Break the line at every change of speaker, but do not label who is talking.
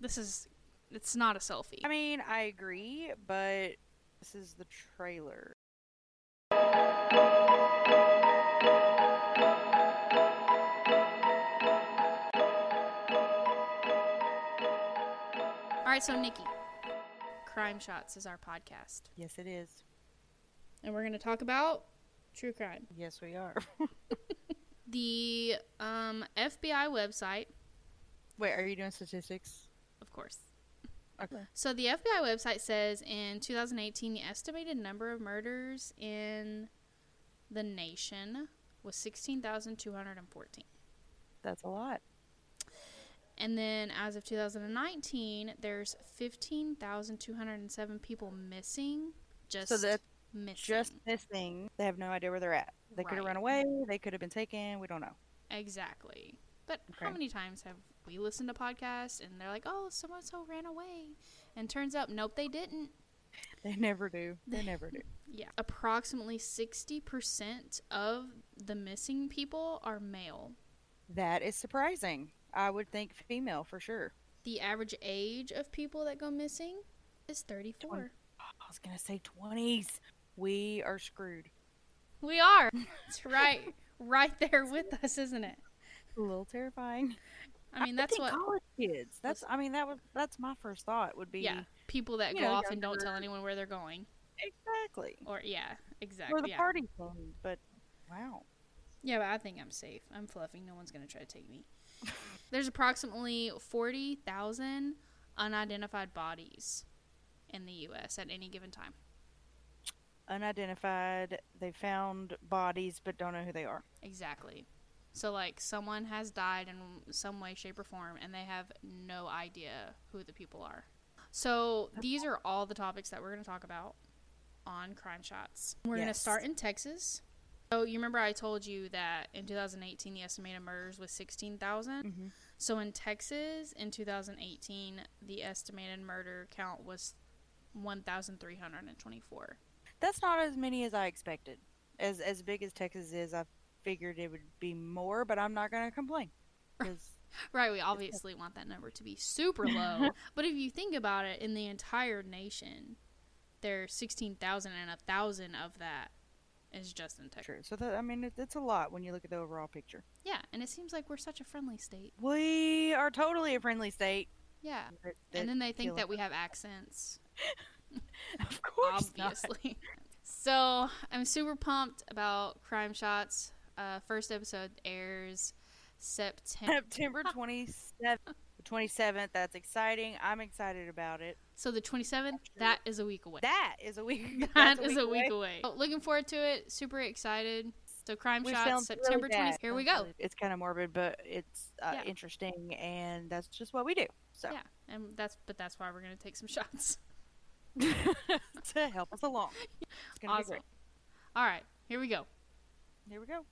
this is it's not a selfie.
I mean, I agree, but this is the trailer.
All right, so Nikki, Crime Shots is our podcast,
Yes, it is.
and we're going to talk about true crime.
Yes, we are.
The um, FBI website,
Wait, are you doing statistics?
of course.
Okay.
So the FBI website says in 2018, the estimated number of murders in the nation was 16,214.
That's a lot.
And then as of 2019, there's 15,207 people missing. Just
So that
missing.
just missing. They have no idea where they're at. They could have
Right.
run away. They could have been taken. We don't know.
Exactly. But how
Okay.
many times have we listened to podcasts and they're like, oh, so and so ran away? And turns out, nope, they didn't.
They never do. They never do.
Yeah. Approximately 60% of the missing people are male.
That is surprising. I would think female for sure.
The average age of people that go missing is 34.
I was gonna say twenties. We are screwed.
We are. It's right. Right there with us, isn't it?
A little terrifying.
I mean, that's
think
what.
college kids. That's. I mean, that was. That's my first thought. Would be
Yeah. People that
you
go
know,
off and don't tell
younger-
anyone where they're going.
exactly
Or, yeah,
for the
exactly. Yeah.
party thing. But wow,
Yeah, but I think I'm safe. I'm fluffing. No one's going to try to take me. There's approximately 40,000 unidentified bodies in the U.S. at any given time.
unidentified. They found bodies, but don't know who they are.
Exactly. So, like, someone has died in some way, shape, or form, and they have no idea who the people are. So, these are all the topics that we're going to talk about on Crime Shots. We're going to
Yes.
start in Texas. So, you remember I told you that in 2018, the estimated murders was 16,000?
Mhm.
So, in Texas in 2018, the estimated murder count was 1,324.
That's not as many as I expected. As as big as Texas is, I figured it would be more, but I'm not gonna complain. 'Cause-
Right, we obviously want that number to be super low. but if you think about it, in the entire nation, there's 16,000 and a 1,000 of that is just in Texas.
true. So that I mean, it, it's a lot when you look at the overall picture.
Yeah, and it seems like we're such a friendly state.
We are totally a friendly state.
Yeah.
But
and
that-
then they think
killing
that we have accents,
of course not.
obviously. so I'm super pumped about Crime Shots. Uh, first episode airs September.
September 27th. 27th. That's exciting. I'm excited about it.
So the 27th, that is a week away.
That is a week.
That
that's
is a week away.
away.
Oh, looking forward to it. Super excited. So crime
Which
shots
sounds really
September
bad.
20th. Here we
Sounds
go.
really- It's kind of morbid, but it's uh,
Yeah.
interesting, and that's just what we do. So
Yeah, and that's but that's why we're gonna take some shots.
to help us along, it's gonna be
Awesome.
great.
All right, here we go.
Here we go.